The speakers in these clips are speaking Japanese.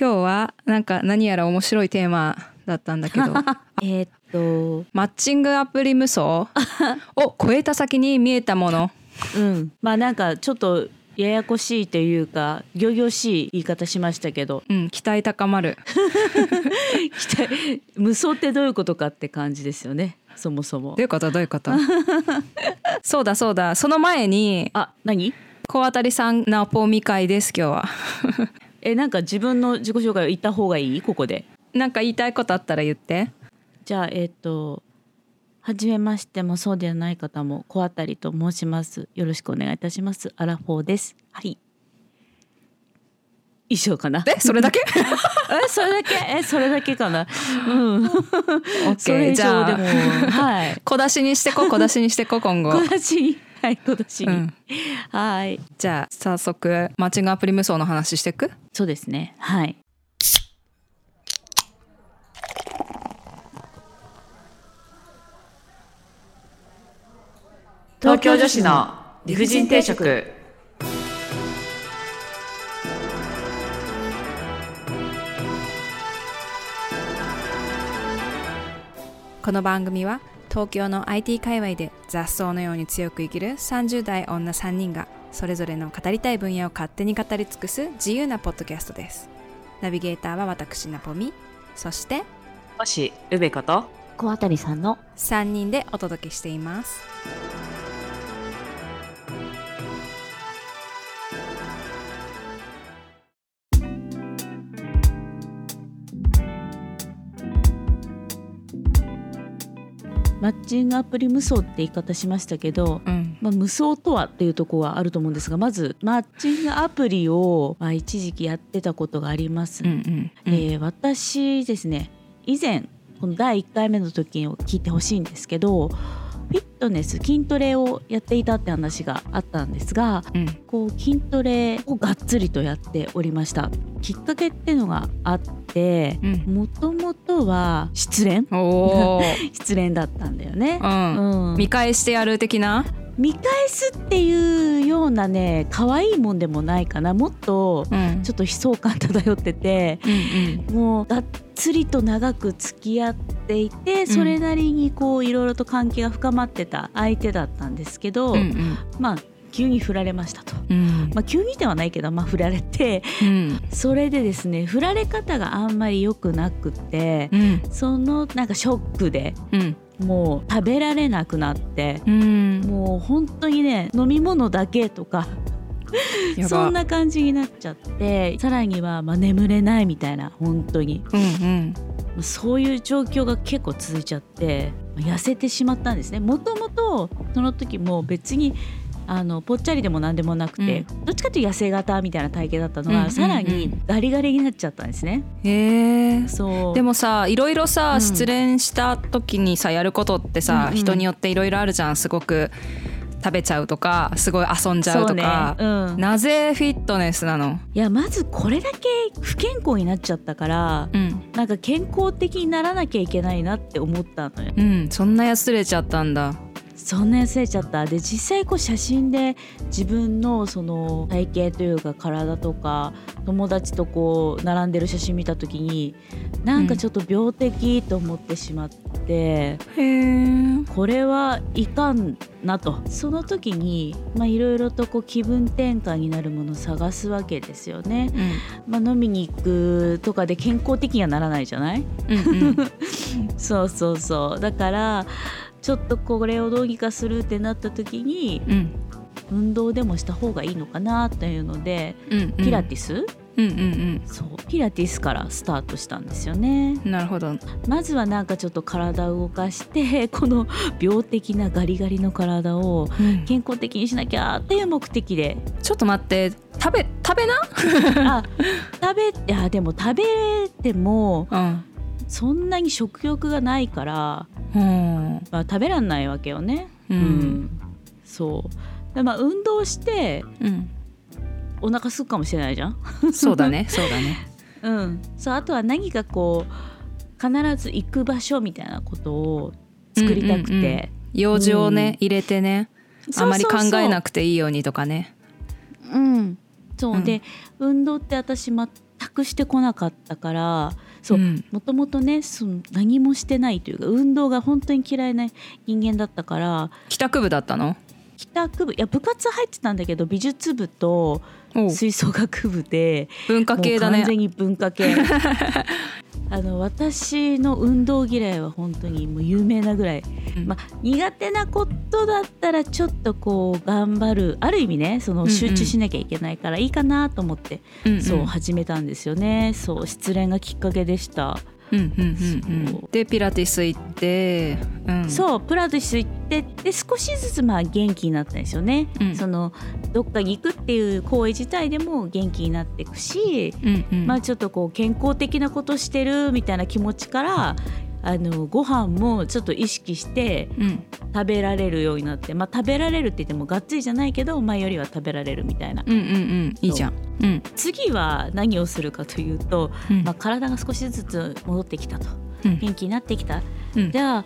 今日はなんか何やら面白いテーマだったんだけ ど えーっと、マッチングアプリ 無双を超えた先に見えたも のうん、まあなんかちょっとややこしいというか仰々しい言い方しましたけど うん期待高まる期待無双ってどういうことかって感じですよねそもそどもう。いうことどういう ことそうだそうだその前にあ何小当たりさんナポミ会です今日は えなんか自分の自己紹介を言った方がいいここで。なんか言いたいことあったら言ってじゃあえーっと初めましてもそうではない方も小あたりと申します。よろしくお願いいたします。アラフォーです。はい。以上かな。えそれだけ えそれだけえそれだけ かな。うん。オッそケれー以じゃあ上でもはい。 小出しにしてこ小出しにしてこ今後小出しにはい小出しに、うんはいじゃあ早速マッチングアプリ無双の話してくそうですねはい東京女子の理不尽定食この番組は東京の IT 界隈で雑草のように強く生きる30代女3人がそれぞれの語りたい分野を勝手に語り尽くす自由なポッドキャストですナビゲーターは私ナポミそしてもしうべこと小あたりさんの3人でお届けしていますマッチングアプリ無双って言い方しましたけどうんまあ、無双とはっていうところはあると思うんですがまずマッチングアプリを、まあ、一時期やってたことがあります、うんうんえー私ですね以前この第1回目の時を聞いてほしいんですけどフィットネス筋トレをやっていたって話があったんですがうんこう筋トレをがっつりとやっておりましたきっかけっていうのがあってうんもともとは失恋 お ー失恋だったんだよね、うんうん、見返してやる的な見返すっていうようなね可愛いもんでもないかなもっとうんちょっと悲壮感漂っててうんうんもうがっつりと長く付き合っていてそれなりにこういろいろと関係が深まってた相手だったんですけど、うんまあ急に振られましたと。うんまあ、急にではないけど、まあ、振られてうんそれでですね振られ方があんまり良くなくってうんそのなんかショックでうんもう食べられなくなってうんもう本当にね飲み物だけとかやばそんな感じになっちゃってさらにはまあ眠れないみたいな本当にうんうんそういう状況が結構続いちゃって痩せてしまったんですねもともとその時も別にあのぽっちゃりでも何でもなくて、どっちかというと痩せ型みたいな体型だったのが、うんうんうんさらにガリガリになっちゃったんですねへーそうでもさいろいろさ、うん失恋した時にさやることってさ、うんうん人によっていろいろあるじゃんすごく食べちゃうとかすごい遊んじゃうとかそうねうん、なぜフィットネスなの、いやまずこれだけ不健康になっちゃったからうんなんか健康的にならなきゃいけないなって思ったのようん、そんなやつれちゃったんだそんな痩せちゃったで実際こう写真で自分のその体型というか体とか友達とこう並んでる写真見た時になんかちょっと病的と思ってしまって、へーこれはいかんなとその時にまあいろいろとこう気分転換になるものを探すわけですよね、まあ、飲みに行くとかで健康的にはならないじゃない うんうんうんそうそうそうだからちょっとこれをどうにかするってなった時にうん運動でもした方がいいのかなというのでうんうんピラティス、うんうんそうピラティスからスタートしたんですよねうんなるほどまずはなんかちょっと体を動かして この病的なガリガリの体を健康的にしなきゃっていう目 的でちょっと待って食べ食べなあ食べいやでも食べてもそんなに食欲がないから、うんまあ、食べらんないわけよねううんんそうでまあ運動してうん、お腹すくかもしれないじゃんうん、そうだねそうだねうん、そうあとは何かこう必ず行く場所みたいなことを 作りうんたくうんうんて、用事をね、入れてねあまり考えなくくていいようにとかねうんそううんで運動って私全くしてこなかったからそう、んもともとねその何もしてないというか運動が本当に嫌いな人間だったから帰宅部だったの帰宅部いや部活入ってたんだけど美術部とおう吹奏楽部で文化系だもうね完全に文 化系あの私の運動嫌いは本当にもう有名なぐらい、うんまあ、苦手なことだったらちょっとこう頑張るある意味ねそうんのうん集中しなきゃいけないからいいかなと思って、うんうんそう始めたんですよねそう失恋がきっかけでした、うんうんうんうんそうでピラティス行って、うん、そうプラティス行ってで少しずつまあ元気になったんですよね、うんそのどっかに行くっていう行為自体でも元気になっていくしうんうんまあ、ちょっとこう健康的なことしてるみたいな気持ちからあのご飯もちょっと意識してうん食べられるようになって、まあ、食べられるって言ってもがっつりじゃないけど前よりは食べられるみたいなうんうんうんいいじゃんうん次は何をするかというと、うんまあ、体が少しずつ戻ってきたとうん元気になってきた、うんじゃあ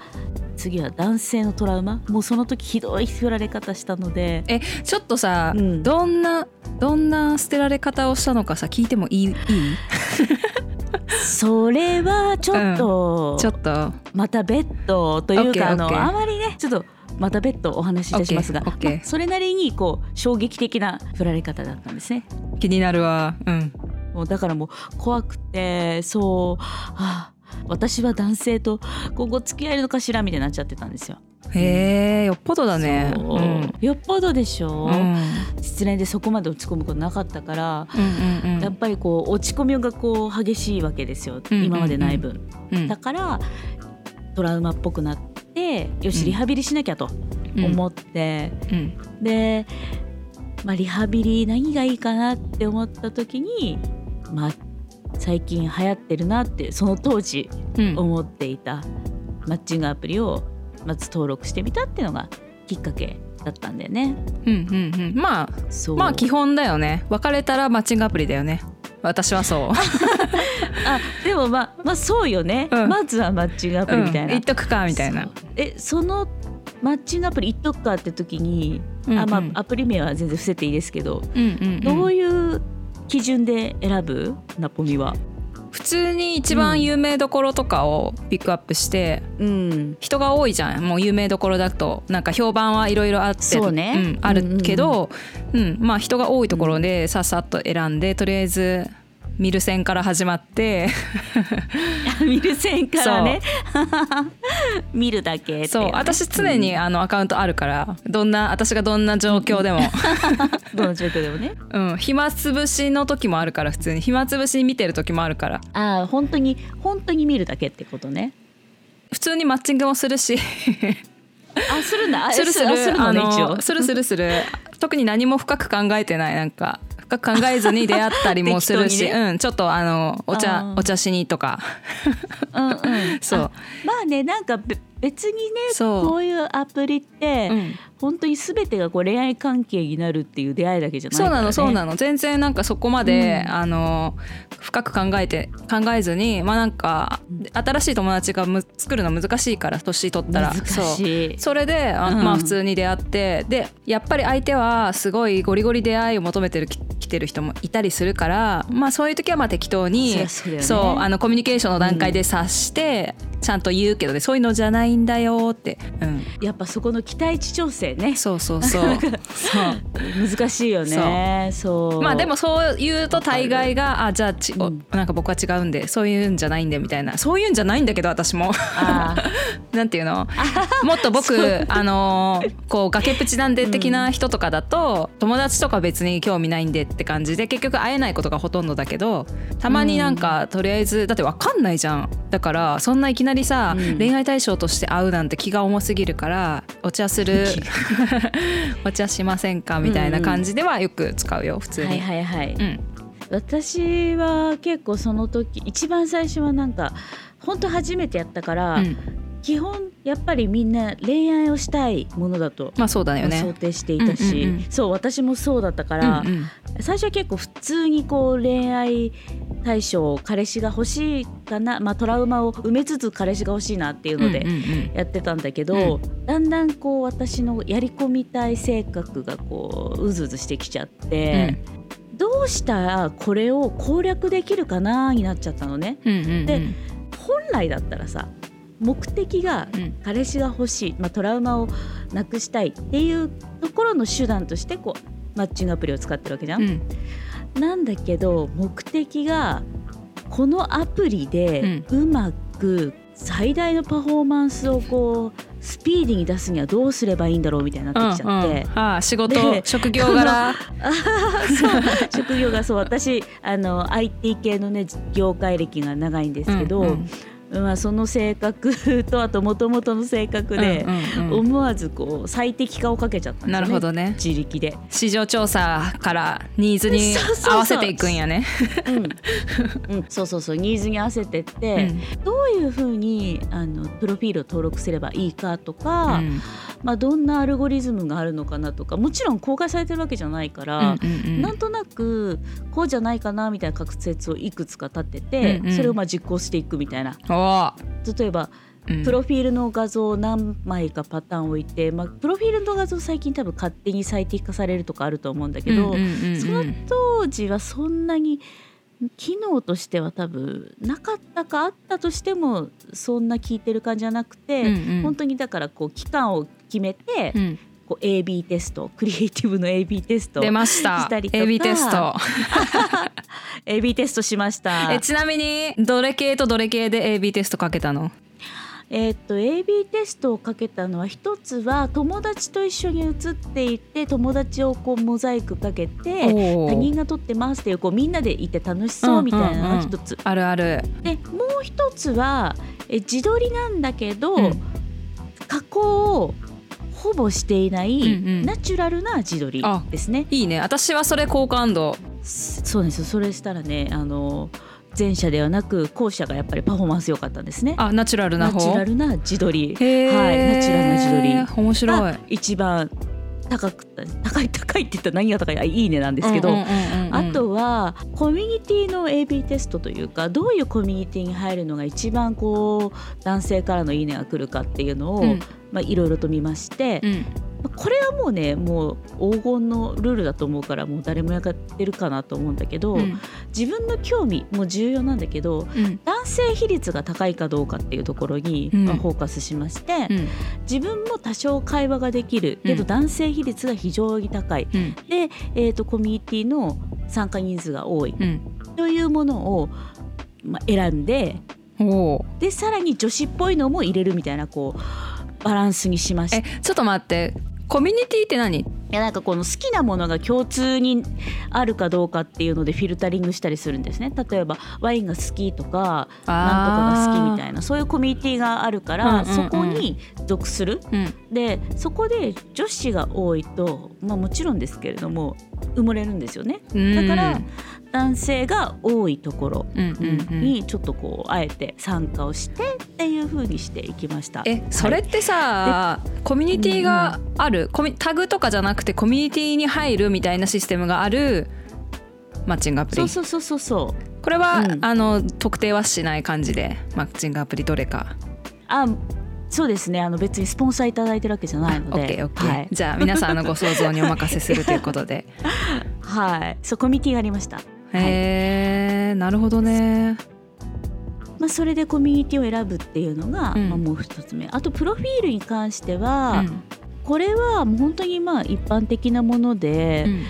次は男性のトラウマもうその時ひどい振られ方したのでえちょっとさ、うんどんなどんな捨てられ方をしたのかさ聞いてもいいいいそれはちょっと、ちょっとまた別途という OK かあの OK あまりねちょっとまた別途お話しいたしますが、 OK OK まあそれなりにこう衝撃的な振られ方だったんですね気になるわうんもうだからもう怖くてそう、はあ、私は男性と今後付き合えるのかしらみたいになっちゃってたんですよ。へえよっぽどだねそううんよっぽどでしょ、うんうん失恋でそこまで落ち込むことなかったから、うんうんやっぱりこう落ち込みがこう激しいわけですよ、うんうんうん今までない分、うんだからトラウマっぽくなってようんしリハビリしなきゃと思って、うんで、まあ、リハビリ何がいいかなって思った時に、まあ、最近流行ってるなってその当時うん思っていたマッチングアプリをまず登録してみたっていうのがきっかけだったんだよね。うんうんうんまあそうまあ基本だよね別れたらマッチングアプリだよね私はそうあでもまあまあそうよね、うんまずはマッチングアプリみたいな。うん、言っとくかみたいなそうえそのマッチングアプリ言っとくかって時に、うんあまうんあ、アプリ名は全然伏せていいですけど、うんうんうんどういう基準で選ぶナポミは。普通に一番有名どころとかをピックアップして、うん人が多いじゃんもう有名どころだとなんか評判はいろいろあってそうねうん、あるけど、うんまあ人が多いところでさっさっと選んでとりあえず見る線から始ま って見る線からね見るだけっていねそう私常にあのアカウントあるからどんな私がどんな状況 でも、どの状況でもねうん、暇つぶしの時もあるから普通に暇つぶしに見てる時もあるから ああ本当に本当に見るだけってことね普通にマッチングもするしあするんだあするするあするのねあの一応するするする特に何も深く考えてないなんか深く考えずに出会ったりもするし、 適当にうんちょっとあのおあ茶ーお茶しにとかうんうんそうあまあねなんかべ別にねそうこういうアプリって、うん本当に全てがこう恋愛関係になるっていう出会いだけじゃないそかうら、ね、なのそうなのの全然なんかそこまで、うんあの深く考えて考えずにまあなんか新しい友達がむ作るの難しいから年取ったら難そうしいそれであ、うんまあ普通に出会ってでやっぱり相手はすごいゴリゴリ出会いを求めてるき来てる人もいたりするからまあそういう時はまあ適当にそりゃそうだよねそうあのコミュニケーションの段階で察して、ちゃんと言うけどねそういうのじゃないんだよって、うん、やっぱそこの期待値調整ねそうそう そうそう難しいよねそうまあでもそう言うと大概が「あじゃあち、おうんなんか僕は違うんでそういうんじゃないんで」みたいなそういうんじゃないんだけど私も あーなんていうのもっと僕あのーこう崖っぷちなんで的な人とかだと、友達とか別に興味ないんでって感じで結局会えないことがほとんどだけどたまになんか、とりあえずだってわかんないじゃんだからそんないきなりさ、うん恋愛対象として会うなんて気が重すぎるからお茶す るお茶しませんかみたいな感じではよく使うよ普通に。はいはいはい、うん私は結構その時一番最初はなんか本当初めてやったから、うん、基本やっぱりみんな恋愛をしたいものだとまあそうだよね。想定していたし、うんうんうんそう私もそうだったから、うんうん最初は結構普通にこう恋愛対象彼氏が欲しいかな、まあ、トラウマを埋めつつ彼氏が欲しいなっていうので。うんうんうんやってたんだけど、だんだんこう私のやり込みたい性格がこううずうずしてきちゃって、どうしたらこれを攻略できるかなになっちゃったのねうんうんうんで本来だったらさ目的がうん彼氏が欲しい、まあ、トラウマをなくしたいっていうところの手段としてこうマッチングアプリを使ってるわけじゃ。うんんなんだけど目的がこのアプリでうまく最大のパフォーマンスをこうスピーディーに出すにはどうすればいいんだろうみたいになってきちゃって、うんうんああ仕で事職業柄あーそう職業がそう私あの IT 系のね業界歴が長いんですけど、うんうんまあ、その性格とあともともとの性格で、うんうんうん思わずこう最適化をかけちゃったんですなよねるほどね自力で。市場調査からニーズにそうそうそう合わせていくんやね。 うん、うん、そうそうそうニーズに合わせてって、どういうふうにあのプロフィールを登録すればいいかとうんか、うんまあ、どんなアルゴリズムがあるのかなとかもちろん公開されてるわけじゃないから。うんうんうんなんとなくこうじゃないかなみたいな仮説をいくつか立てて、うんうんそれをまあ実行していくみたいなお例えばーうんプロフィールの画像を何枚かパターン置いて、まあ、プロフィールの画像最近多分勝手に最適化されるとかあると思うんだけうど、んうんうんうんその当時はそんなに機能としては多分なかったかあったとしてもそんな効いてる感じじゃなくて、うんうん本当にだからこう期間を決めて、うんこう AB テストクリエイティブの AB テスト出ましたしたりとか AB テスト AB テストしましたえちなみにどれ系とどれ系で AB テストかけたのえーっと AB テストをかけたのは一つは友達と一緒に写っていて友達をこうモザイクかけておー他人が撮ってますっていうこうみんなでいて楽しそうみたいなのが一つ、あるあるでもう一つはえ自撮りなんだけど、うん加工をほぼしていない、うんうんナチュラルな自撮りあですねいいね私はそれ好感度そうなんですよそれしたらねあの前者ではなく後者がやっぱりパフォーマンス良かったんですねあナチュラルなナ方チュラルな自撮りへーはいナチュラルな自撮り面白いが一番高く高い高いって言ったら何が高いあいいねなんですけど、うんうんうんうんあとはコミュニティの AB テストというかどういうコミュニティに入るのが一番こう男性からのいいねが来るかっていうのを、うんまあ、いろいろと見まして、うんまあこれはもうねもう黄金のルールだと思うからもう誰もやってるかなと思うんだけど、うん自分の興味も重要なんだけどうん男性比率が高いかどうかっていうところに、うんまあフォーカスしまして、うん自分も多少会話ができるけどうん男性比率が非常に高い、うんで、えー、とコミュニティの参加人数が多いうんというものを、まあ、選んでおーでさらに女子っぽいのも入れるみたいなこうバランスにしましえてちょっと待ってコミュニティって何いやなんかこの好きなものが共通にあるかどうかっていうのでフィルタリングしたりするんですね例えばワインが好きとかなんとかが好きみたいなそういうコミュニティがあるから、うんうんうんそこに属するみたいでそこで女子が多いと、まあ、もちろんですけれども埋もれるんですよねだから男性が多いところうんうんうんうんにちょっとこうあえて参加をしてっていう風にしていきましたえそれってさ、コミュニティがある、コミタグとかじゃなくてコミュニティに入るみたいなシステムがあるマッチングアプそリうそうそうそうそうこれは、うんあの特定はしない感じでマッチングアプリどれかあそうですねあの別にスポンサーいただいてるわけじゃないのオッケでーオッケー、はい、じゃあ皆さんのご想像にお任せするということ ではい、そうコミュニティがありました、へえなるほどねまあ、それでコミュニティを選ぶっていうのが、うんまあ、もう一つ目あとプロフィールに関してうは、んこれはもう本当にまあ一般的なもので、うん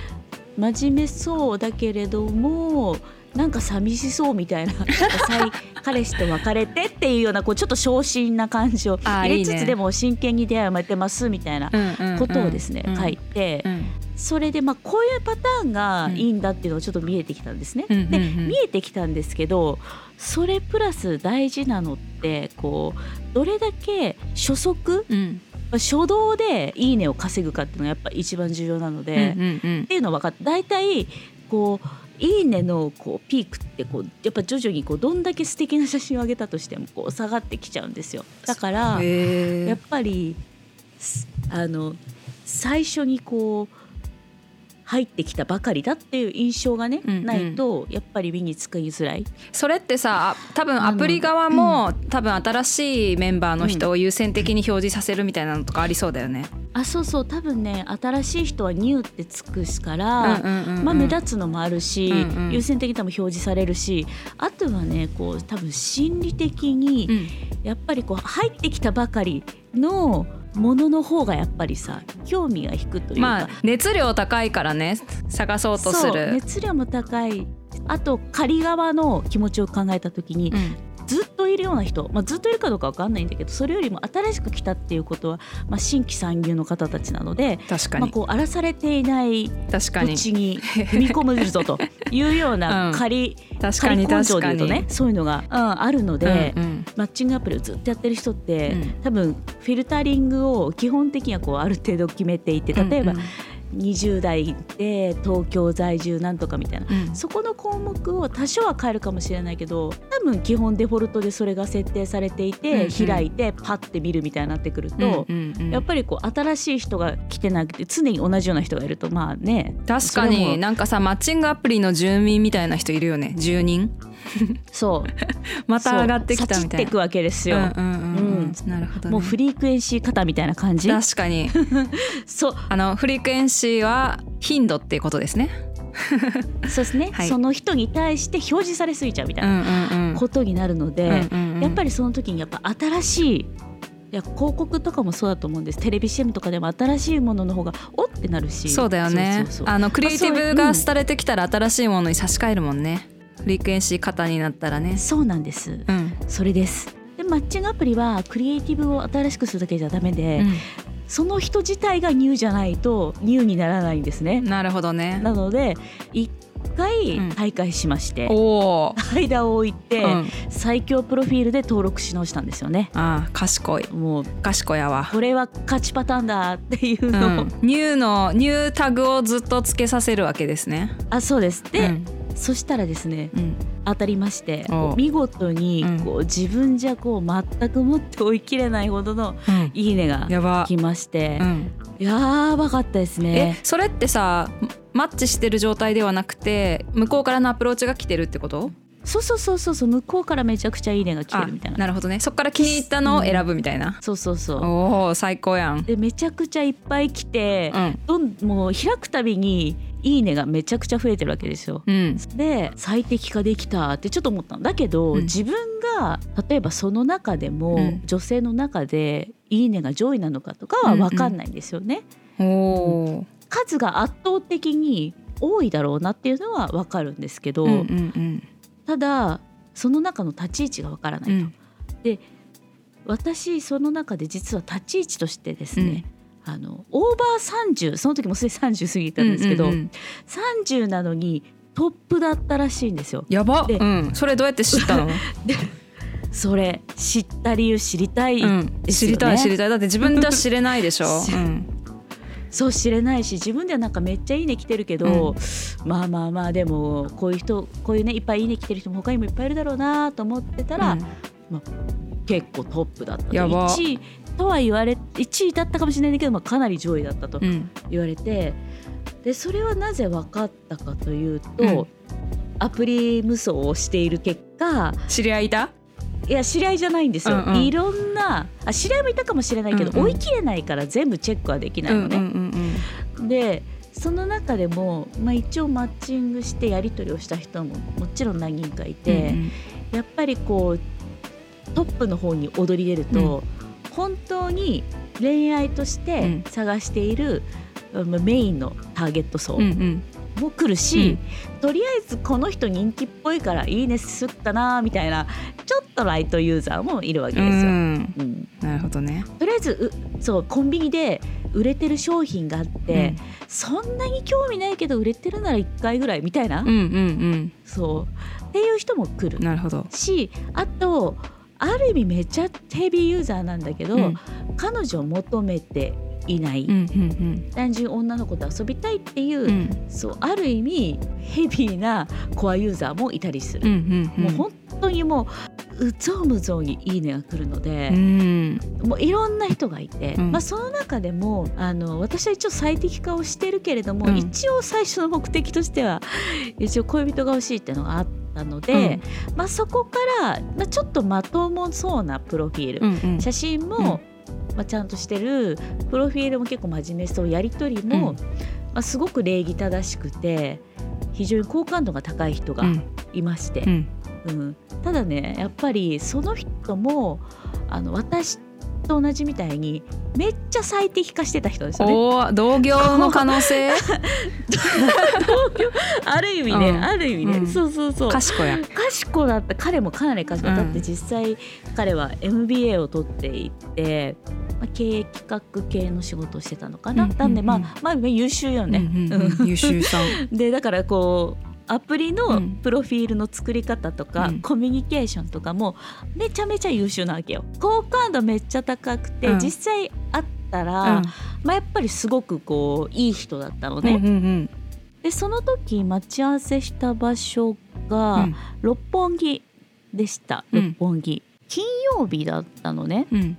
真面目そうだけれどもなんか寂しそうみ たいななんか再彼氏と別れてっていうようなこうちょっと昇進な感じをあー入れつついいねでも真剣に出会いを待ってますみたいなうんうんうんことをですね、うん書いて、うんそれでまあこういうパターンがいいんだっていうのがちょっと見えてきたんですね。うんうんでうん見えてきたんですけどそれプラス大事なのってこうどれだけ初速うん初動でいいねを稼ぐかっていうのがやっぱ一番重要なのうで。んうんうんっていうのは分かって大体こう「いいね」のこうピークってこうやっぱ徐々にこうどんだけ素敵な写真を上げたとしてもこう下がってきちゃうんですよだからへーやっぱりすあの最初にこう入ってきたばかりだっていう印象がね、うんうんないとやっぱり身につきづらい。それってさあ多分なのアプリ側も、多分新しいメンバーの人を優先的に表示させるみたいなのとかありそうだよね。あそうそう多分ね新しい人はニューってつくしから、ままあ、目立つのもあるし、うんうん優先的に多分表示されるしあとはねこう多分心理的にやっぱりこう入ってきたばかりのものの方がやっぱりさ興味が引くというか、まあ熱量高いからね探そうとすそうる。熱量も高いあと仮側の気持ちを考えた時に、うんずっといるような人、まあ、ずっといるかどうかわかんないんだけどそれよりも新しく来たっていうことは、まあ、新規参入の方たちなので。確かまあ、にこう荒らされていない確か土に地に踏み込むぞというよううなん仮、確か仮に根性確でか言うとにね。そういうのが、うんあるのうんで、うんマッチングアプリをずっとやってる人って、うん多分フィルタリングを基本的にはこうある程度決めていて例えばうん20代で東京在住なんとかみたいな。うんそこの項目を多少は変えるかもしれないけど多分基本デフォルトでそれが設定されていて、うんうん開いてパッて見るみたいになってくると、うんうんうんやっぱりこう新しい人が来てなくて常に同じような人がいるとまあね確かそれにもなんかさマッチングアプリの住民みたいな人いるよね住人そうまた上がってきたみそうさちたっいていなく。わけですよ、うんうんうんうんなるほどねもうフリークエンシー型みたいな感じ確かにそうあ のフリクエンシーは頻度っていうことですね。そうですね、はいその人に対して表示されすぎちゃうみたいうんなうんうんことになるので、うんうんうんやっぱりその時にやっぱ新しいいや広告とかもそうだと思うんですテレビ CM とかでも新しいものの方がおってなるしそうだよねそうそうそうあのクリエイティブがあそううん廃れてきたら新しいものに差し替えるもんねフリクエンシー型になったらねそうなんですうん、それですでマッチングアプリはクリエイティブを新しくするだけじゃダメで、その人自体がニューじゃないとニューにならないんですねうん、なるほどねなので一回うん退会しまして、おお、間を置いて、うん、最強プロフィールで登録し直したんですよねああ賢いもう賢やわ、これは勝ちパターンだっていううん、のを、ニューのニュータグをずっとつけさせるわけですねあそうですで、うんそしたらですねうん当たりましておう見事にうんこう自分じゃこう全くもって追いきれないほどのうんいいねがやば来ましてうん、やばかったですえねそれってさマッチしてる状態ではなくて向こうからのアプローチが来てるってことそうそうそうそうそう向こうからめちゃくちゃいいねが来てるみたいあななるほどねそっから気に入ったのを選ぶみたいな、そうそうそうおお最高やんでめちゃくちゃいっぱい来てうんどんもう開くたびにいいねがめちゃくちゃ増えてるわけですようんで最適化できたってちょっと思ったんだけど、うん自分が例えばその中でも、うん女性の中で「いいね」が上位なのかとかは分かんないんですよね。おお数が圧倒的に多いだろうなっていうのは分かるんですけど、うんうんただその中の立ち位置が分からないと。うん私その中で実は立ち位置としてですね、あのオーバー30その時もうすでに30過ぎたんですけど、うんうんうん30なのにトップだったらしいんですよ。やばでうんそれどうやって知ったのそれ知った理由知りたい、うん知りたい知りたいだって自分じゃ 知れないでしょ知うんそう知れないし自分ではなんかめっちゃいいね来てるけど、まあまあまあでもこういう人こういうねいっぱいいいね来てる人も他にもいっぱいいるだろうなと思ってたら、結構トップだったとやば1位とは言われ1位だったかもしれないんだけど、まあ、かなり上位だったとうん言われて、でそれはなぜ分かったかというと、うんアプリ無双をしている結果知り合いいたいや知り合いじゃないんですよ、うんうんいろんなあ知り合いもいたかもしれないけど、うんうん追い切れないから全部チェックはできなういんのうんね。うんでその中でも、まあ、一応マッチングしてやり取りをした人ももちろん何人かういんて、やっぱりこうトップの方に躍り出ると、本当に恋愛として探している、まあメインのターゲット層うんうんうんも来るし、とりあえずこの人人気っぽいからいいねすっかなみたいなちょっとライトユーザーもいるわけうですよ。んうんなるほどねとりあえずうそうコンビニで売れてる商品があって、そんなに興味ないけど売れてるなら1回ぐらいみたいな、うんうんうんそうっていう人も来うんるなるほどしあとある意味めちゃヘビーユーザーなんだけど、うん彼女を求めていない、うんうん単純に女の子と遊びたいっていう、うんうんそうある意味ヘビーなコアユーザーもいたりすうる、んうんもう本当にもううぞうむぞうに「いいね」が来るのでう、んもういろんな人がいて、うんまあ、その中でもあの私は一応最適化をしてるけれども、うん一応最初の目的としては一応恋人が欲しいっていうのがあったので、まあ、そこから、まあ、ちょっとまともそうなプロフィール、うんうん写真も、まあ、ちゃんとしてるプロフィールも結構真面目そうやり取りも、うんまあ、すごく礼儀正しくて非常に好感度が高い人がうんいましてう、んうん、ただねやっぱりその人もあの私と同じみたいにめっちゃ最適化してた人ですよね。おー同業の可能 性ある意味ね、うんある意味ね、うんそうそうそう。賢や賢だった彼もかなり賢い、うんだって実際彼は MBA を取っていて、まあ、経営企画系の仕事をしてたのかな、うんうんうんなんでまあまあ優秀よね、うんうんうん優秀さんでだからこうアプリうのんプロフィールの作り方とか、うんコミュニケーションとかもめちゃめちゃ優秀なわけよ。好感度めっちゃ高くて、うん実際会ったら、うんまあ、やっぱりすごくこういい人だったのうんね。うんでその時待ち合わせした場所うが、ん六本木でしたうん六本木、金曜日だったのねうん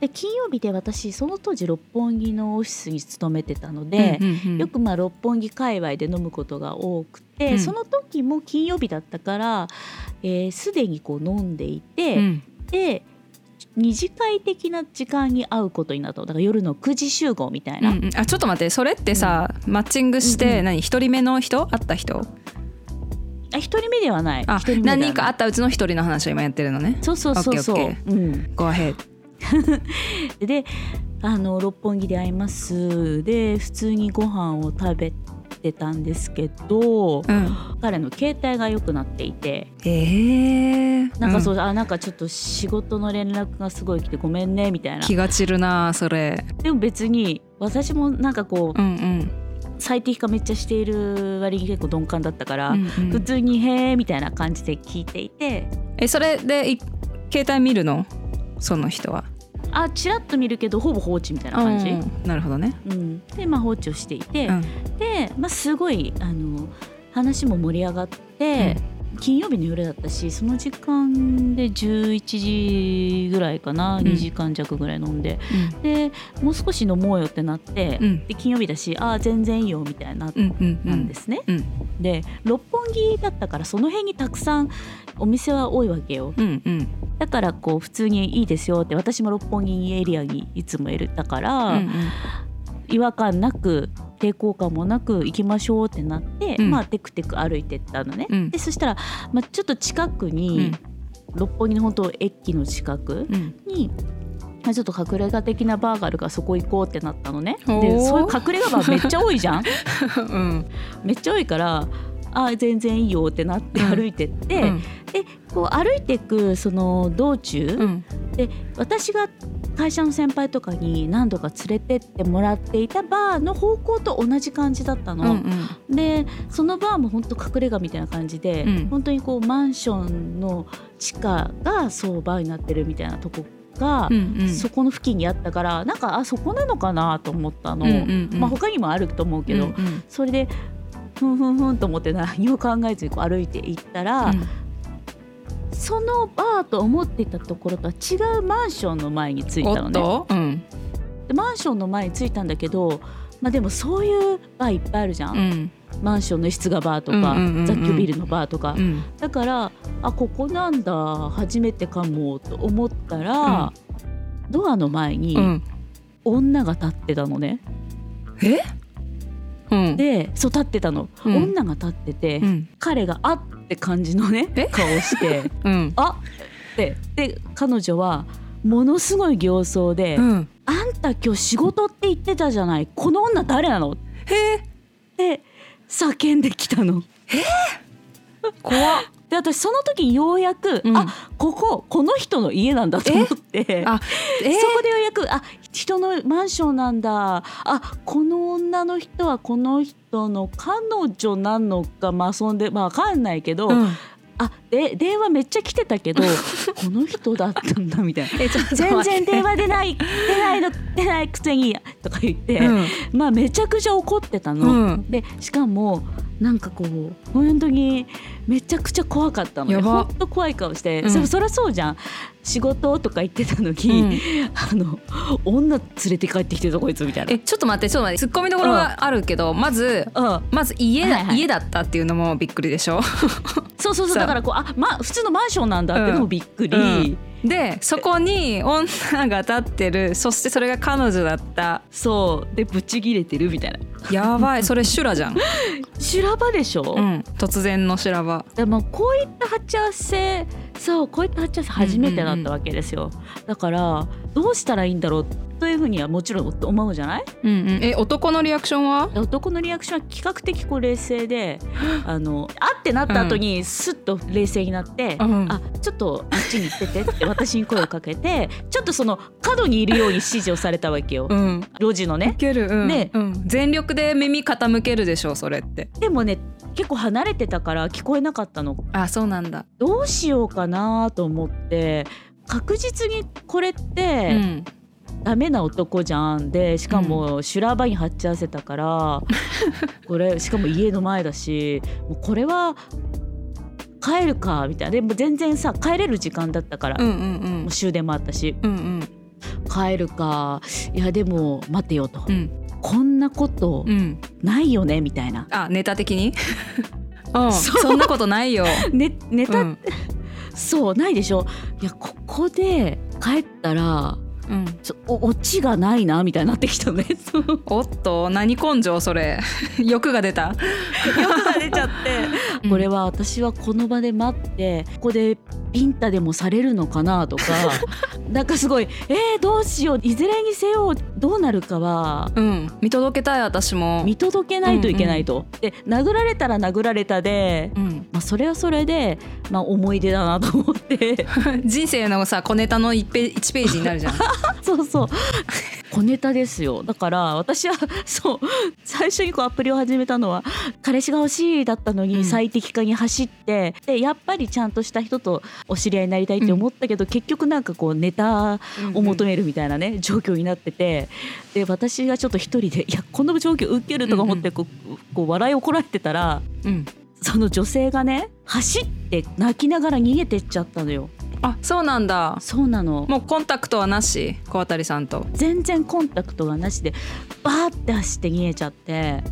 で金曜日で私その当時六本木のオフィスに勤めてたので、うんうんよくまあ六本木界隈で飲むことが多くて、うんその時も金曜日だったからすで、えー既にこう飲んでいて、うんで二次会的な時間に会うことになったのだから夜の9時集合みたいうな、んうんあちょっと待ってそれってさマッチングしうんうてん何一人目の人会った人あ一人目ではないあ一人目では何ない人か会ったうちの一人の話を今やってるのねそうそうそうそオッうケーオッ、うん、 Go ahead であの六本木で会いますで普通にご飯を食べてたんですけどうん彼の携帯が良くなっていてええなんかそうう、あなんかちょっと仕事の連絡がすごい来てごめんねみたいな気が散るなそれでも別に私もなんかこううんうん最適化めっちゃしている割に結構鈍感だったから、うんう普ん通に「へえ」みたいな感じで聞いていてえそれでい携帯見るのその人はあちらっと見るけどほぼ放置みたいな感じ、ううんんなるほどねでまあ放置をしていて、うんで、まあ、すごいあの話も盛り上がって、金曜日の夜だったしその時間で11時ぐらいかな、ん2時間弱ぐらい飲んででもう少し飲もうよってなって、うんで金曜日だしああ全然いいよみたいになっうんうんうたんんですね、うんで六本木だったからその辺にたくさんお店は多いわけようんうんだからこう普通にいいですよって私も六本木エリアにいつもいるだから、うんうん違和感なく抵抗感もなく行きましょうってなって、うんまあテクテク歩いてったのね、うんでそしたら、まあ、ちょっと近くに、六本木の本当駅の近くうんに、まあ、ちょっと隠れ家的なバーがあるからそこ行こうってなったのねでおーそういう隠れ家バーめっちゃ多いじゃん うんめっちゃ多いからあ全然いいよってなって歩いてって、うんでこう歩いてくその道中、うん私が会社の先輩とかに何度か連れてってもらっていたバーの方向と同じ感じだったうんうの、んでそのバーも本当隠れ家みたいな感じで、うん本当にこうマンションの地下がそうバーになってるみたいなとこが、うんうんそこの付近にあったからなんかあそこなのかなと思ったの、うんうんまあ、他にもあると思うけど、うんうんそれでふんふんふんと思って何も考えずにこう歩いていったら、そのバーと思っていたところとは違うマンションの前に着いおたっのねとうんでマンションの前に着いたんだけどまあでもそういうバーいっぱいあるじゃん、うんマンションの一室がバーとか、うんうんうんうん雑居ビルのバーとか、うんだからあここなんだ初めてかもと思ったら、ドアの前にうん女が立ってたのね、えうんでそう立ってたの、うん女が立ってて、うん彼があって感じのねえ顔して。 うんあってで彼女はものすごい形相で「うんあんた今日仕事って言ってたじゃないこの女誰なの?」っへえて叫んできたの。怖っで私その時ようやく、うんあこここの人の家なんだと思って。あえそこでようやくあ人のマンションなんだあこの女の人はこの人の彼女なのかまあそんでまあわかんないけど、うんあで電話めっちゃ来てたけどこの人だったんだ みたいなえちょっと待全って然電話出ない出ないの出ないくせにとか言って、うんまあめちゃくちゃ怒ってたうの、んでしかもなんかこう本当にめちゃくちゃ怖かったのやよば本当怖い顔して、うんそそりゃそうじゃん仕事とか言ってたのに、うんあの女連れて帰ってきてたこいつみたいなえちょっと待ってちょっと待ってツッコミどころがあるけど、まずうん、まず家だ、はいはい家だったっていうのもびっくりでしょそうそうそうそうだからこうあ、ま、普通のマンションなんだってのもびっくり、うんでそこに女が立ってるそしてそれが彼女だったそうでブチ切れてるみたいなやばいそれ修羅じゃん、修羅場でしょ、うん、突然の修羅場でもこういった鉢合わせそうこういった鉢合わせ初めてだったわけですよ、だからどうしたらいいんだろうというふうにはもちろん思うじゃないうんうん、え男のリアクションは男のリアクションは比較的こう冷静 であのあってなった後にスッと冷静になって、うんあちょっとあっちに行っててって私に声をかけて ちょっとその角にいるように指示をされたわけよ、うん路地のねいける、うんねうん、全力で耳傾けるでしょそれってでもね結構離れてたから聞こえなかったのあそうなんだ、どうしようかなと思って確実にこれっうてん、ダメな男じゃんでしかも修羅場に鉢合わせたから これしかも家の前だしもうこれは帰るかみたいなでも全然さ帰れる時間だったから、うんうんもう終電もあったしうんうんうん帰るかいやでも待てよと、うんこんなことうんないよねみたいな。あネタ的 にうんそうそんなことないよ、ね、 ネタ、うんそうないでしょいやここで帰ったらうん、ちょおオチがないなみたいになってきたね。そう欲おっと何根性それ 欲が出 たが出ちゃってこれは私はこの場で待ってここでビンタでもされるのか なとかなんかすごいえー、どうしよういずれにせよどうなるかはうん見届けたい私も見届けないといけないと。で殴られたら殴られたで、 うん、まあ、それはそれで、まあ、思い出だなと思って人生のさ小ネタの1ペ一ページにな るじゃんそうそう小ネタですよだから私はそう最初にこうアプリを始めたのは彼氏が欲しいだったのうんに最適化に走って、でやっぱりちゃんとした人とお知り合いになりたいって思ったけど、結局なんかこうネタを求めるみたいなね、状況になっててで私がちょっと一人でいやこの状況受けるとか思ってこう,、こう笑いをこらえてたらうんその女性がね走って泣きながら逃げてっちゃったのよ。あそうなんだそうなのもうコンタクトはなし小渡りさんと全然コンタクトがなしでバーって走って逃げちゃって え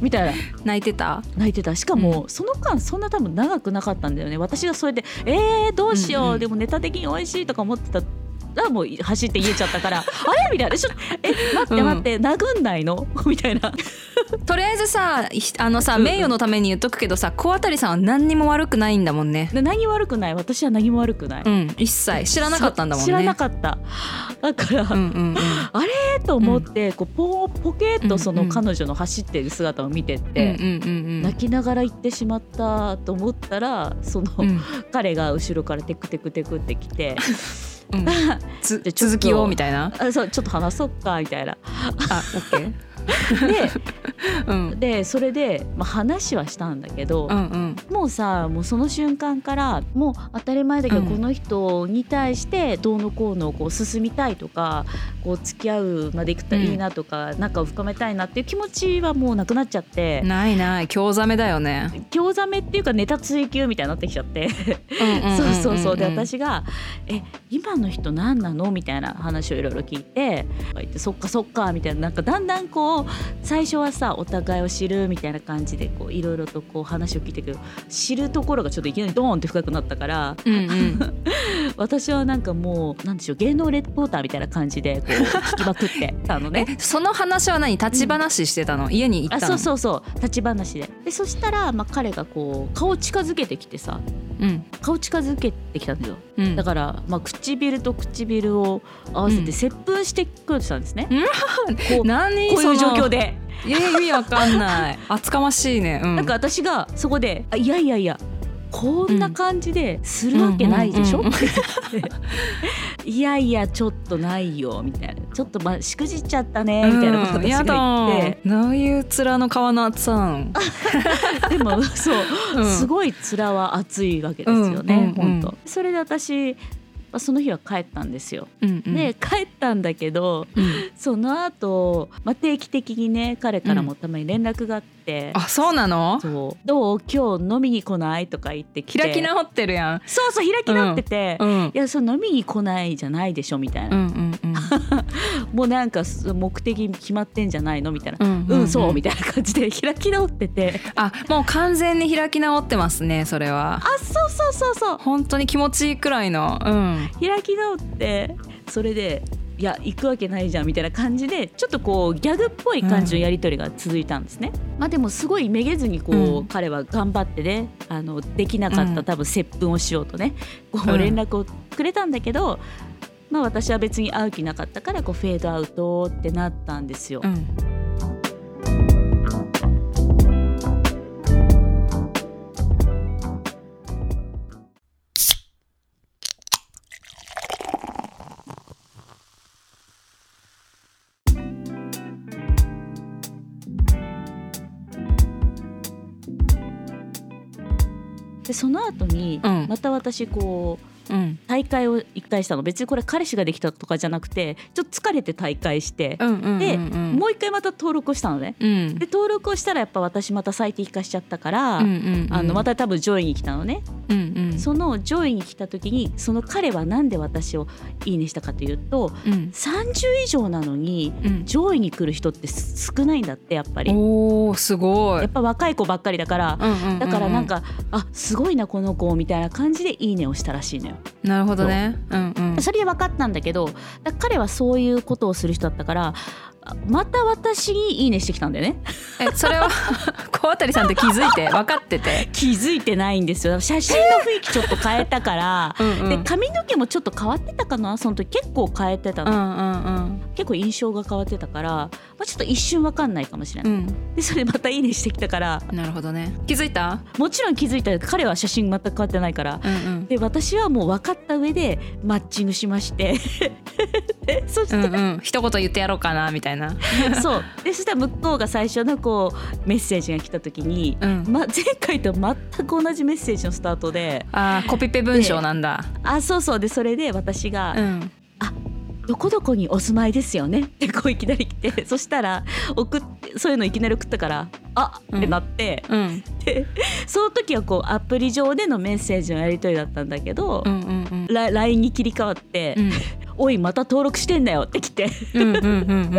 みたいな泣いてた泣いてたしかも、その間そんな多分長くなかったんだよね私がそれで「えー、どうしよう、うんうんでもネタ的に美味しい」とか思ってたらもう走って逃げちゃっ たから「あれ?」みたいな「ちょっとえ待っうてん待って、殴んないの?」 みたいなとりあえずさひあのさ名誉のために言っとくけどさ小渡りさんは何にも悪くないんだもんねで何も悪くない私は何も悪くない、うん一切知らなかったんだもんね知らなかっただから、うんうんえーと思って、こうポーポケーっとそうんのうん彼女の走っている姿を見てって、うんうんうん泣きながら行ってしまったと思ったらその、うんうん彼が後ろからテクテクテクってき て うんつじゃあちょっと続きをみたいなあそうちょっと話そっかみたいな。あオッケーうんででそれで、まあ、話はしたんだけど、うんうんもうさもうその瞬間からもう当たり前だけど、うんこの人に対してどうのこうのこう進みたいとかこう付き合うまでいくといいなとか、仲を深めたいなっていう気持ちはもうなくなっちゃって。ないない興ざめだよね。興ざめっていうかネタ追求みたいになってきちゃってそうそうそうで私が「え今の人何なの?」みたいな話をいろいろ聞いて言って「そっかそっか」みたいななんかだんだんこう最初はさお互いを知るみたいな感じでこういろいろとこう話を聞いてくる知るところがちょっといきなりドーンって深くなったからうんうん私はなんかもうなんでしょう芸能レポーターみたいな感じでこう聞きまく ってたのね。えその話は何立ち話してたの、家に行あったそのうそうそう立ち話ででそしたら、まあ、彼がこう顔近づけてきてさうん顔近づけてきたんだようんだから、まあ、唇と唇を合わせて接吻してくれてたんですね。うんこ う何こういう状況でで、い や意味わかんない厚かましいね、うん、なんか私がそこで「あいやいやいやこんな感じでするわけないでしょ」うんって言っていやいやちょっとないよ」みたいな「ちょっとまあしくじっちゃったね」みたいなことうん私やだが言って、どういう面の皮の厚さなの、でもそう、うんすごい面は熱いわけですよね、うんうんうん本当それで私まあ、その日は帰ったんですよ。うんうんで帰ったんだけどうんその後、まあ定期的にね彼からもたまに連絡があってあそうなの「そうどう今日飲みに来ない?」とか言ってきて開き直ってるやんそうそう開き直ってて「うんいやそれ飲みに来ないじゃないでしょ」みたういんうな、んうんもうなんかそ目的決まってんじゃないのみたいなう。んうん、そうみたいたいな感じで開き直っててなあもう完全に開き直ってますねそれはあそうそうそうそう本当に気持ちいいくらいのうん開き直ってそれでいや行くわけないじゃんみたいな感じでちょっとこうギャグっぽい感じのやり取りが続いたんですね、まあでもすごいめげずにこう、うん彼は頑張ってねあのできなかった、うん多分接吻をしようとねこううん連絡をくれたんだけど、まあ私は別に会う気なかったからこうフェードアウトってなったんですよ、うんでその後にうんまた私こううん大会を一回したの別にこれ彼氏ができたとかじゃなくてちょっと疲れて大会して、うんうんうんでうんもう一回また登録をしたのねうんで登録をしたらやっぱ私また最適化しちゃったから、うんうんうんあのまた多分上位に来たのね、うんうんその上位に来た時にその彼はなんで私をいいねしたかというとうん30以上なのにうん上位に来る人ってす少ないんだってやっぱりおーすごやいっぱ若い子ばっかりだからだからなんか、あすごいなこの子みたいな感じでいいねをしたらしいのよなるほどねうんうんそれで分かったんだけどだ彼はそういうことをする人だったからあまた私にいいねしてきたんだよねえそれは 小渡さんって気づいて分かってて、気づいてないんですよ写真の雰囲気ちょっと変えたか ら、うんうん、で髪の毛もちょっと変わってたかなその時結構変えてたうの、んうん結構印象が変わってたから、まあ、ちょっと一瞬わかんないかもしれうない、んうでそれまた「いいね」してきたからんなるほどね気づいたもちろん気づいた彼は写真全く変わってないからうんうんで私はもう分かった上でマッチングしまして でそしうて、んうん一言言ってやろうかなみたいな、そうでそしたら向こうが最初のこうメッセージが来た時に、うん、ま、前回と全く同じメッセージのスタートであーコピペ文章なんだ、あそうそうでそれで私がうん、どこどこにお住まいですよね ってこういきなり来てそしたら送ってそういうのいきなり送ったからあうんってなって、うんその時はこうアプリ上でのメッセージのやり取りだったんだけど、うんうんうんラ LINE に切り替わって「うんおいまた登録してんだよ」って来て うんうんうんう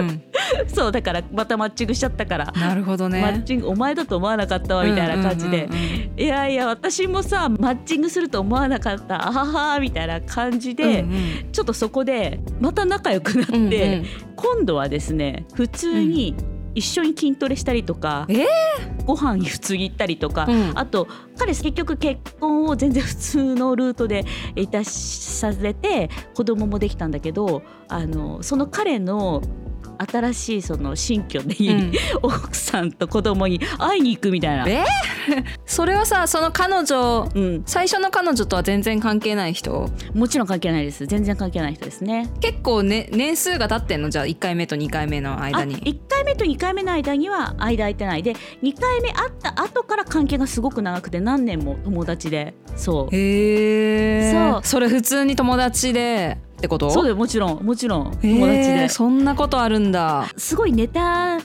んそうだからまたマッチングしちゃったから。なるほどマッねチングお前だと思わなかったわみたいな感じで、うんうんうんうんいやいや私もさマッチングすると思わなかったあははみたいな感じで、うんうんちょっとそこでまた仲良くなって、うんうん今度はですね普通に一緒に筋トレしたりとか、えご飯に普通に行ったりとか、うんあと彼結局結婚を全然普通のルートでいたしさせて子供もできたんだけどあのその彼の新しいその新居で、うん奥さんと子供に会いに行くみたいな。えそれはさその彼女うん、最初の彼女とは全然関係ない人もちろん関係ないです全然関係ない人ですね結構、ね、年数が経ってんのじゃあ1回目と2回目の間あに。 1回目と2回目の間には間空いてないで2回目会った後から関係がすごく長くて何年も友達でそうへえそうそれ普通に友達でってことそうだよよもちろんもちろん友達で、そんなことあるんだ、すごいネタ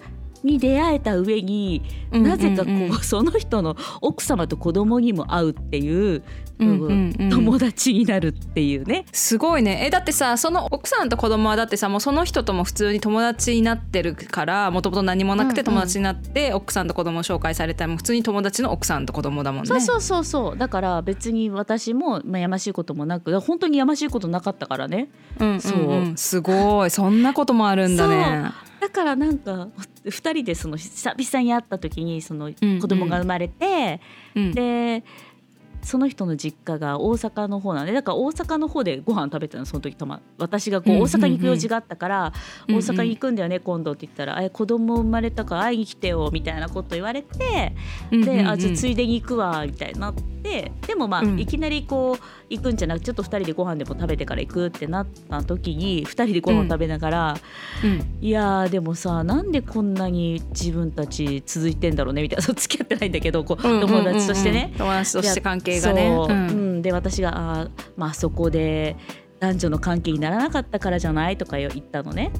に出会えた上に、なぜかこう、その人の奥様と子供にも会うっていう、うんうんうん友達になるっていうねすごいねえだってさその奥さんと子供はだってさもうその人とも普通に友達になってるからもともと何もなくうんうてん友達になって、奥さんと子供を紹介されたらもう普通に友達の奥さんと子供だもんねそうそうそうそうだから別に私も、まあ、やましいこともなく本当にやましいことなかったからねうんうんうんすごいそんなこともあるんだねだからなんか2人でその久々に会った時にそのうんうん子供が生まれて、うんでその人の実家が大阪の方なんでだから大阪の方でご飯食べてたのその時たま私がこうんううん大うん阪に行く用事があったから、うんうん大阪に行くんだよね今度って言ったら「え子供生まれたから会いに来てよ」みたいなこと言われてう「んで、うんあじゃあついいでに行くわ」みたいになってでもまあ、うんいきなりこう行くんじゃなくてちょっと2人でご飯でも食べてから行くってなった時に2人でご飯を食べながら。うんいやーでもさなんでこんなに自分たち続いてんだろうねみたいなそう 付き合ってないんだけどこううんうんうん友達としてね。友達として関係がいねやそうううんんで私があー、まああそこで男女の関係にならなかったからじゃないとかよ言ったのね。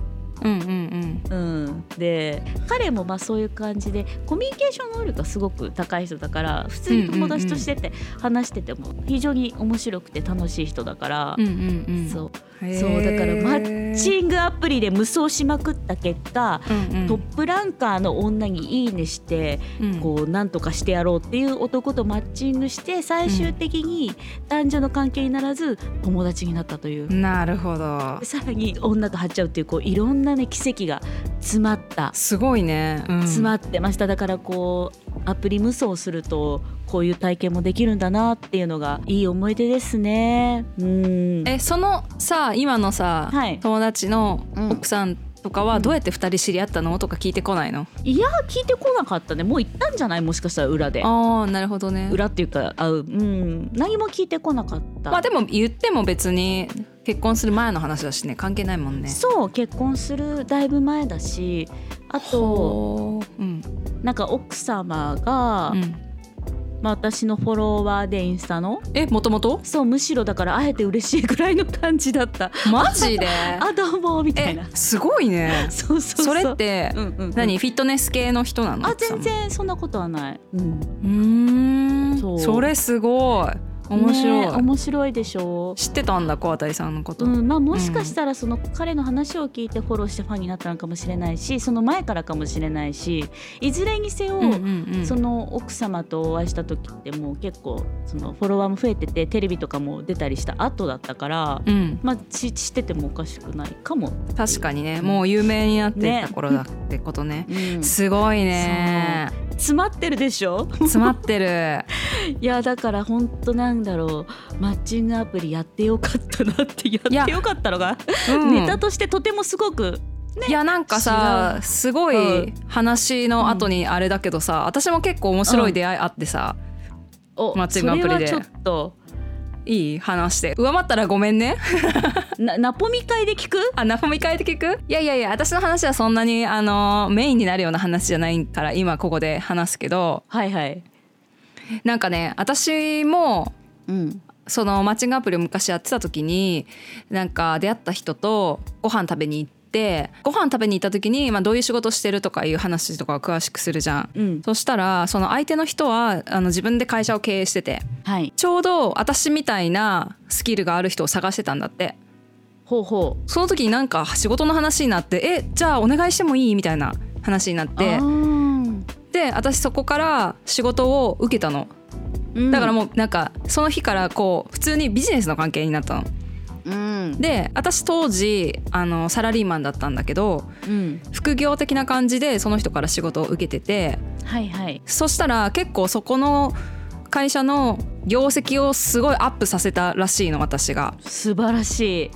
うんうんうん、で彼もまあそういう感じでコミュニケーション能力がすごく高い人だから普通に友達としてて話してても非常に面白くて楽しい人だから、うんうんうんうんそうへーそうだからマッマッチングアプリで無双しまくった結果、うんうんトップランカーの女に「いいね」してうんこうなんとかしてやろうっていう男とマッチングして最終的に男女の関係にならず友達になったという。なるほどさらに女と張っちゃうっていうこういろんなね奇跡が詰まったすごいね、うん、詰まってましただからこうアプリ無双するとこういう体験もできるんだなっていうのがいい思い出ですねうんえそのさ今のさ、はい友達のうん奥さんとかはどうやって二人知り合ったのとか聞いてこないの、いや聞いてこなかったねもう行ったんじゃないもしかしたら裏でああなるほどね裏っていうかあううん何も聞いてこなかった、まあでも言っても別に結婚する前の話だしね関係ないもんねそう結婚するだいぶ前だしあとほううんなんか奥様が、うん、まあ、私のフォロワーでインスタのえもともとそうむしろだから会えて嬉しいぐらいの感じだったマジであどうもみたいえなすごいねそうそうそうそれってうんうんうん何フィットネス系の人なのあ奥さん全然そんなことはない、うん、うーんそそうれすごい面ねえ白い、面白いでしょ知ってたんだ小渡さんのこと、うんまあ、もしかしたらその彼の話を聞いてフォローしてファンになったのかもしれないしその前からかもしれないしいずれにせよ、うんうんうんその奥様とお会いした時ってもう結構そのフォロワーも増えててテレビとかも出たりした後だったから、うんまあ、知知っててもおかしくないかも。確かにねもう有名になっていた頃だってことねうんすごいね詰まってるで しょ詰まって るいやだから本当なんだろうマッチングアプリやってよかったなってやってよかったのが、 うんネタとしてとてもすごくいやなんかさすごういん話の後にあれだけどさ、私も結構面白い出会いあってさ、おマッチングアプリでそれはちょっといい話して上回ったらごめんね なナポミ会で聞くあナフミ変えて聞くいやいやいや私の話はそんなにあのメインになるような話じゃないから今ここで話すけどはいはい、なんかね私もうん、そのマッチングアプリを昔やってた時になんか出会った人とご飯食べに行ってご飯食べに行った時に、まあ、どういう仕事してるとかいう話とかを詳しくするじゃん。うんそしたらその相手の人はあの自分で会社を経営しててはいちょうど私みたいなスキルがある人を探してたんだってほうほその時になんか仕事の話になってえじゃあお願いしてもいいみたいな話になっうてあーで私そこから仕事を受けたのうんだからもうなんかその日からこう普通にビジネスの関係になったのうんで私当時あのサラリーマンだったんだけどうん副業的な感じでその人から仕事を受けててはいはいそしたら結構そこの会社の業績をすごいアップさせたらしいの私が。素晴らしい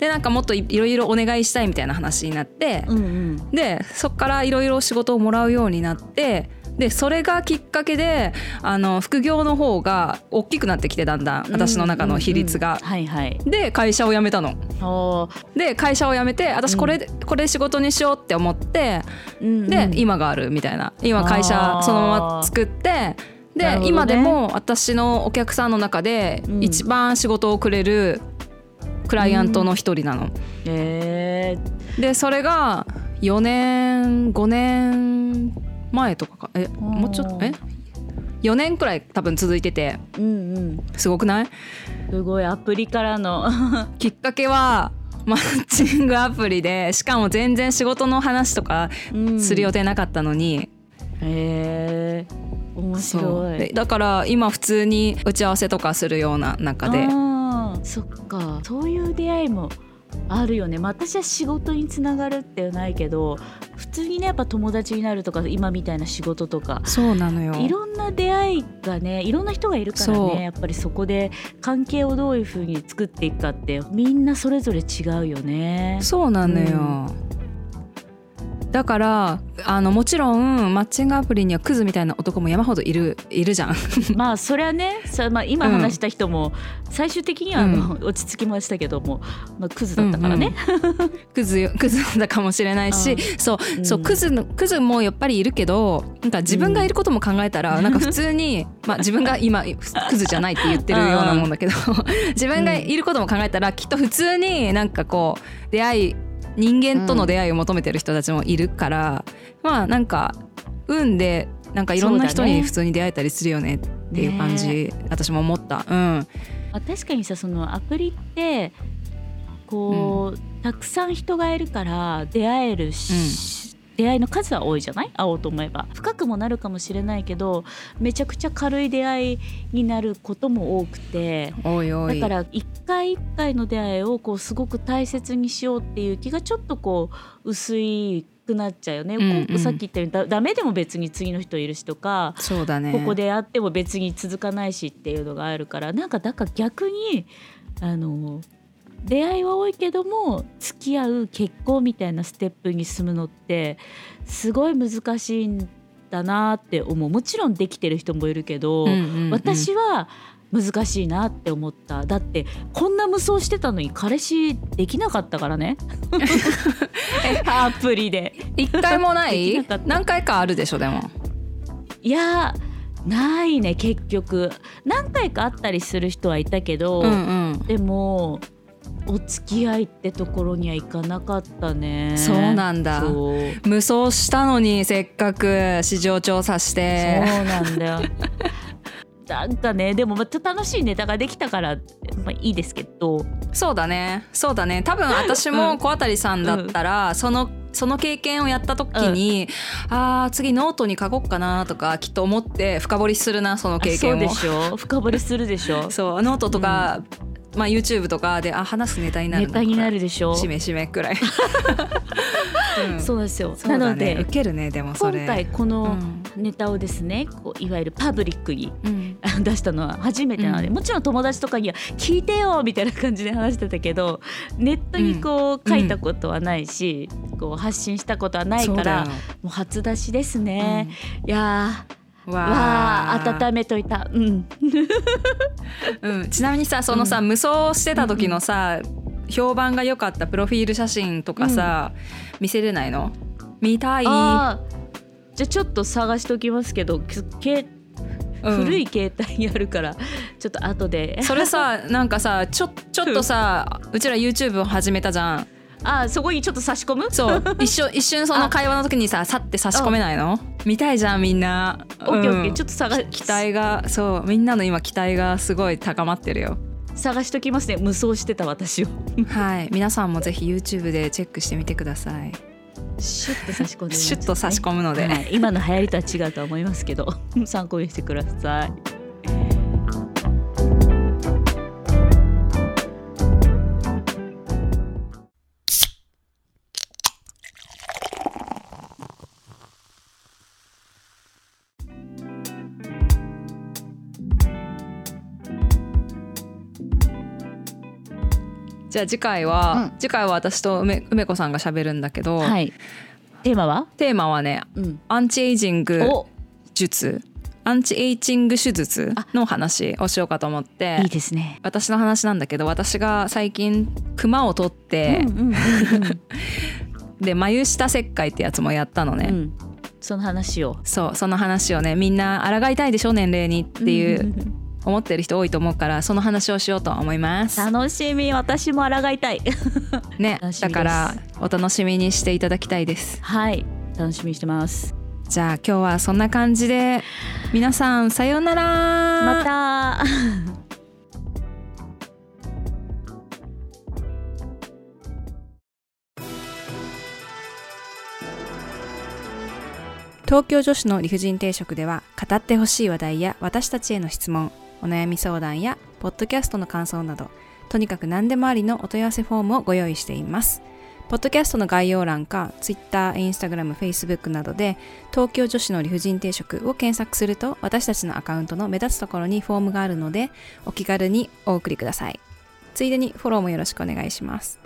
でなんかもっといいろいろお願いしたいみたいな話になって、うんうんでそっからいろいろ仕事をもらうようになって。でそれがきっかけであの副業の方が大きくなってきてだんだん私の中の比率がうんう。んはいはいで会社を辞めたの。おーで会社を辞めて私これ,、これ仕事にしようって思ってうんうんで、今があるみたいな今会社あーそのまま作ってなで、るほどね今でも私のお客さんの中でうん一番仕事をくれるクライアントの一人なの。えーでそれが4年5年前とかかえもうちょっとえ4年くらい多分続いててうんうんすごくないすごいアプリからのきっかけはマッチングアプリでしかも全然仕事の話とかうんする予定なかったのに、へえー、面そう白でいだから今普通に打ち合わせとかするような中であーそっかそういう出会いもあるよね、まあ、私は仕事につながるってはないけど普通にねやっぱ友達になるとか今みたいな仕事とかそうなのよいろんな出会いがねいろんな人がいるからそうねやっぱりそこで関係をどういうふうに作っていくかってみんなそれぞれ違うよね。そうなのよ、だからあのもちろんマッチングアプリにはクズみたいな男も山ほどいるいるじゃん まあそりゃねそ、まあ、今うん話した人も最終的にはあの、落ち着きましたけども、まあ、クズだったからね、クズよクズなんだかもしれないしそううんそうクズのクズもやっぱりいるけどなんか自分がいることも考えたら、なんか普通にまあ自分が今クズじゃないって言ってるようなもんだ けど自分がいることも考えたらきっと普通になんかこう出会い人間との出会いを求めてる人たちもいるから、まあなんか運でなんかいろんなそ人うだねに普通に出会えたりするよねっていう感じ、私も思った。うん、まあ確かにさそのアプリってこう、たくさん人がいるから出会えるし、出会いの数は多いじゃない会おうと思えば深くもなるかもしれないけどめちゃくちゃ軽い出会いになることも多くておいおだいから一回一回の出会いをこうすごく大切にしようっていう気がちょっとこう薄いくなっちゃうよね、うんうんこうさっき言ったようにだダメでも別に次の人いるしとか、そうだねここであっても別に続かないしっていうのがあるからなんかだから逆にあの出会いは多いけども付き合う結婚みたいなステップに進むのってすごい難しいんだなって思うもちろんできてる人もいるけど、うんうんうん私は難しいなって思っただってこんな無双してたのに彼氏できなかったか らねアプリで。一回もなできいなかった何回かあるでしょでもいやーないね結局何回かあったりする人はいたけど、うんうんでもお付き合いってところにはいかなかったねそうなんだそう無双したのにせっかく市場調査しそうてなんだよ なんかねでもまた楽しいネタができたから、まあ、いいですけどそうだねそうだね多分私うもん小当たりさんだったら、そのその経験をやった時に、あー次ノートに書こうかなとかきっと思って深掘りするなその経験あをそうでしょ深掘りするでしょそうノートとか、まあ、YouTube とかであ話すネタになるネのタになるでしょしめしめくらい、うんそうなんですよ、そうだねなので受けるねでもそ今れ回このうんネタをですね、こういわゆるパブリックにうんあ の出したのは初めてなので、うんもちろん友達とかには「聞いてよ!」みたいな感じで話してたけどネットにこう書いたことはないし、こう発信したことはないそうかだらよもう初出しですね。いやうんーわわーあ温めといた、うん、うん、ちなみにさそのさ、無双してた時のさ、評判が良かったプロフィール写真とかさ、見せれないの見たい、あーじゃあちょっと探しときますけどけけうん古い携帯にあるからちょっと後でそれさなんかさちょちょっとさうちら YouTube を始めたじゃんあーそこにちょっと差し込むそう 一瞬一瞬そのあ会話の時にささって差し込めないの見たいじゃんみんな、オッケーオッケうーんちょっと探し期待がそうみんなの今期待がすごい高まってるよ探しときますね無双してた私をはい皆さんもぜひ YouTube でチェックしてみてくださいシュッと差し込んでみましたシュッと差し込むので、はい、今の流行りとは違うとは思いますけど 参考にしてください。じゃあ次回は、う次回は私と梅梅子さんが喋るんだけど、はい、テーマは、テーマはねうん、アンチエイジングお術アンチエイジング手術の話をしようかと思っていいですね。私の話なんだけど私が最近クマを取っうんて、うんうんで眉下切開ってやつもやったのね、うんうん、 その話を。そうその話をねみんな抗いたいでしょ年齢にっていう、 うん思ってる人多いと思うからその話をしようと思います。楽しみ私も抗いた いね楽しみだですからお楽しみにしていただきたいです。はい楽しみにしてますじゃあ今日はそんな感じで皆さんさようならまた東京女子の理不尽定食では語ってほしい話題や私たちへの質問お悩み相談やポッドキャストの感想などとにかく何でもありのお問い合わせフォームをご用意していますポッドキャストの概要欄か Twitter、Instagram、Facebook などで東京女子の理不尽定食を検索すると私たちのアカウントの目立つところにフォームがあるのでお気軽にお送りくださいついでにフォローもよろしくお願いします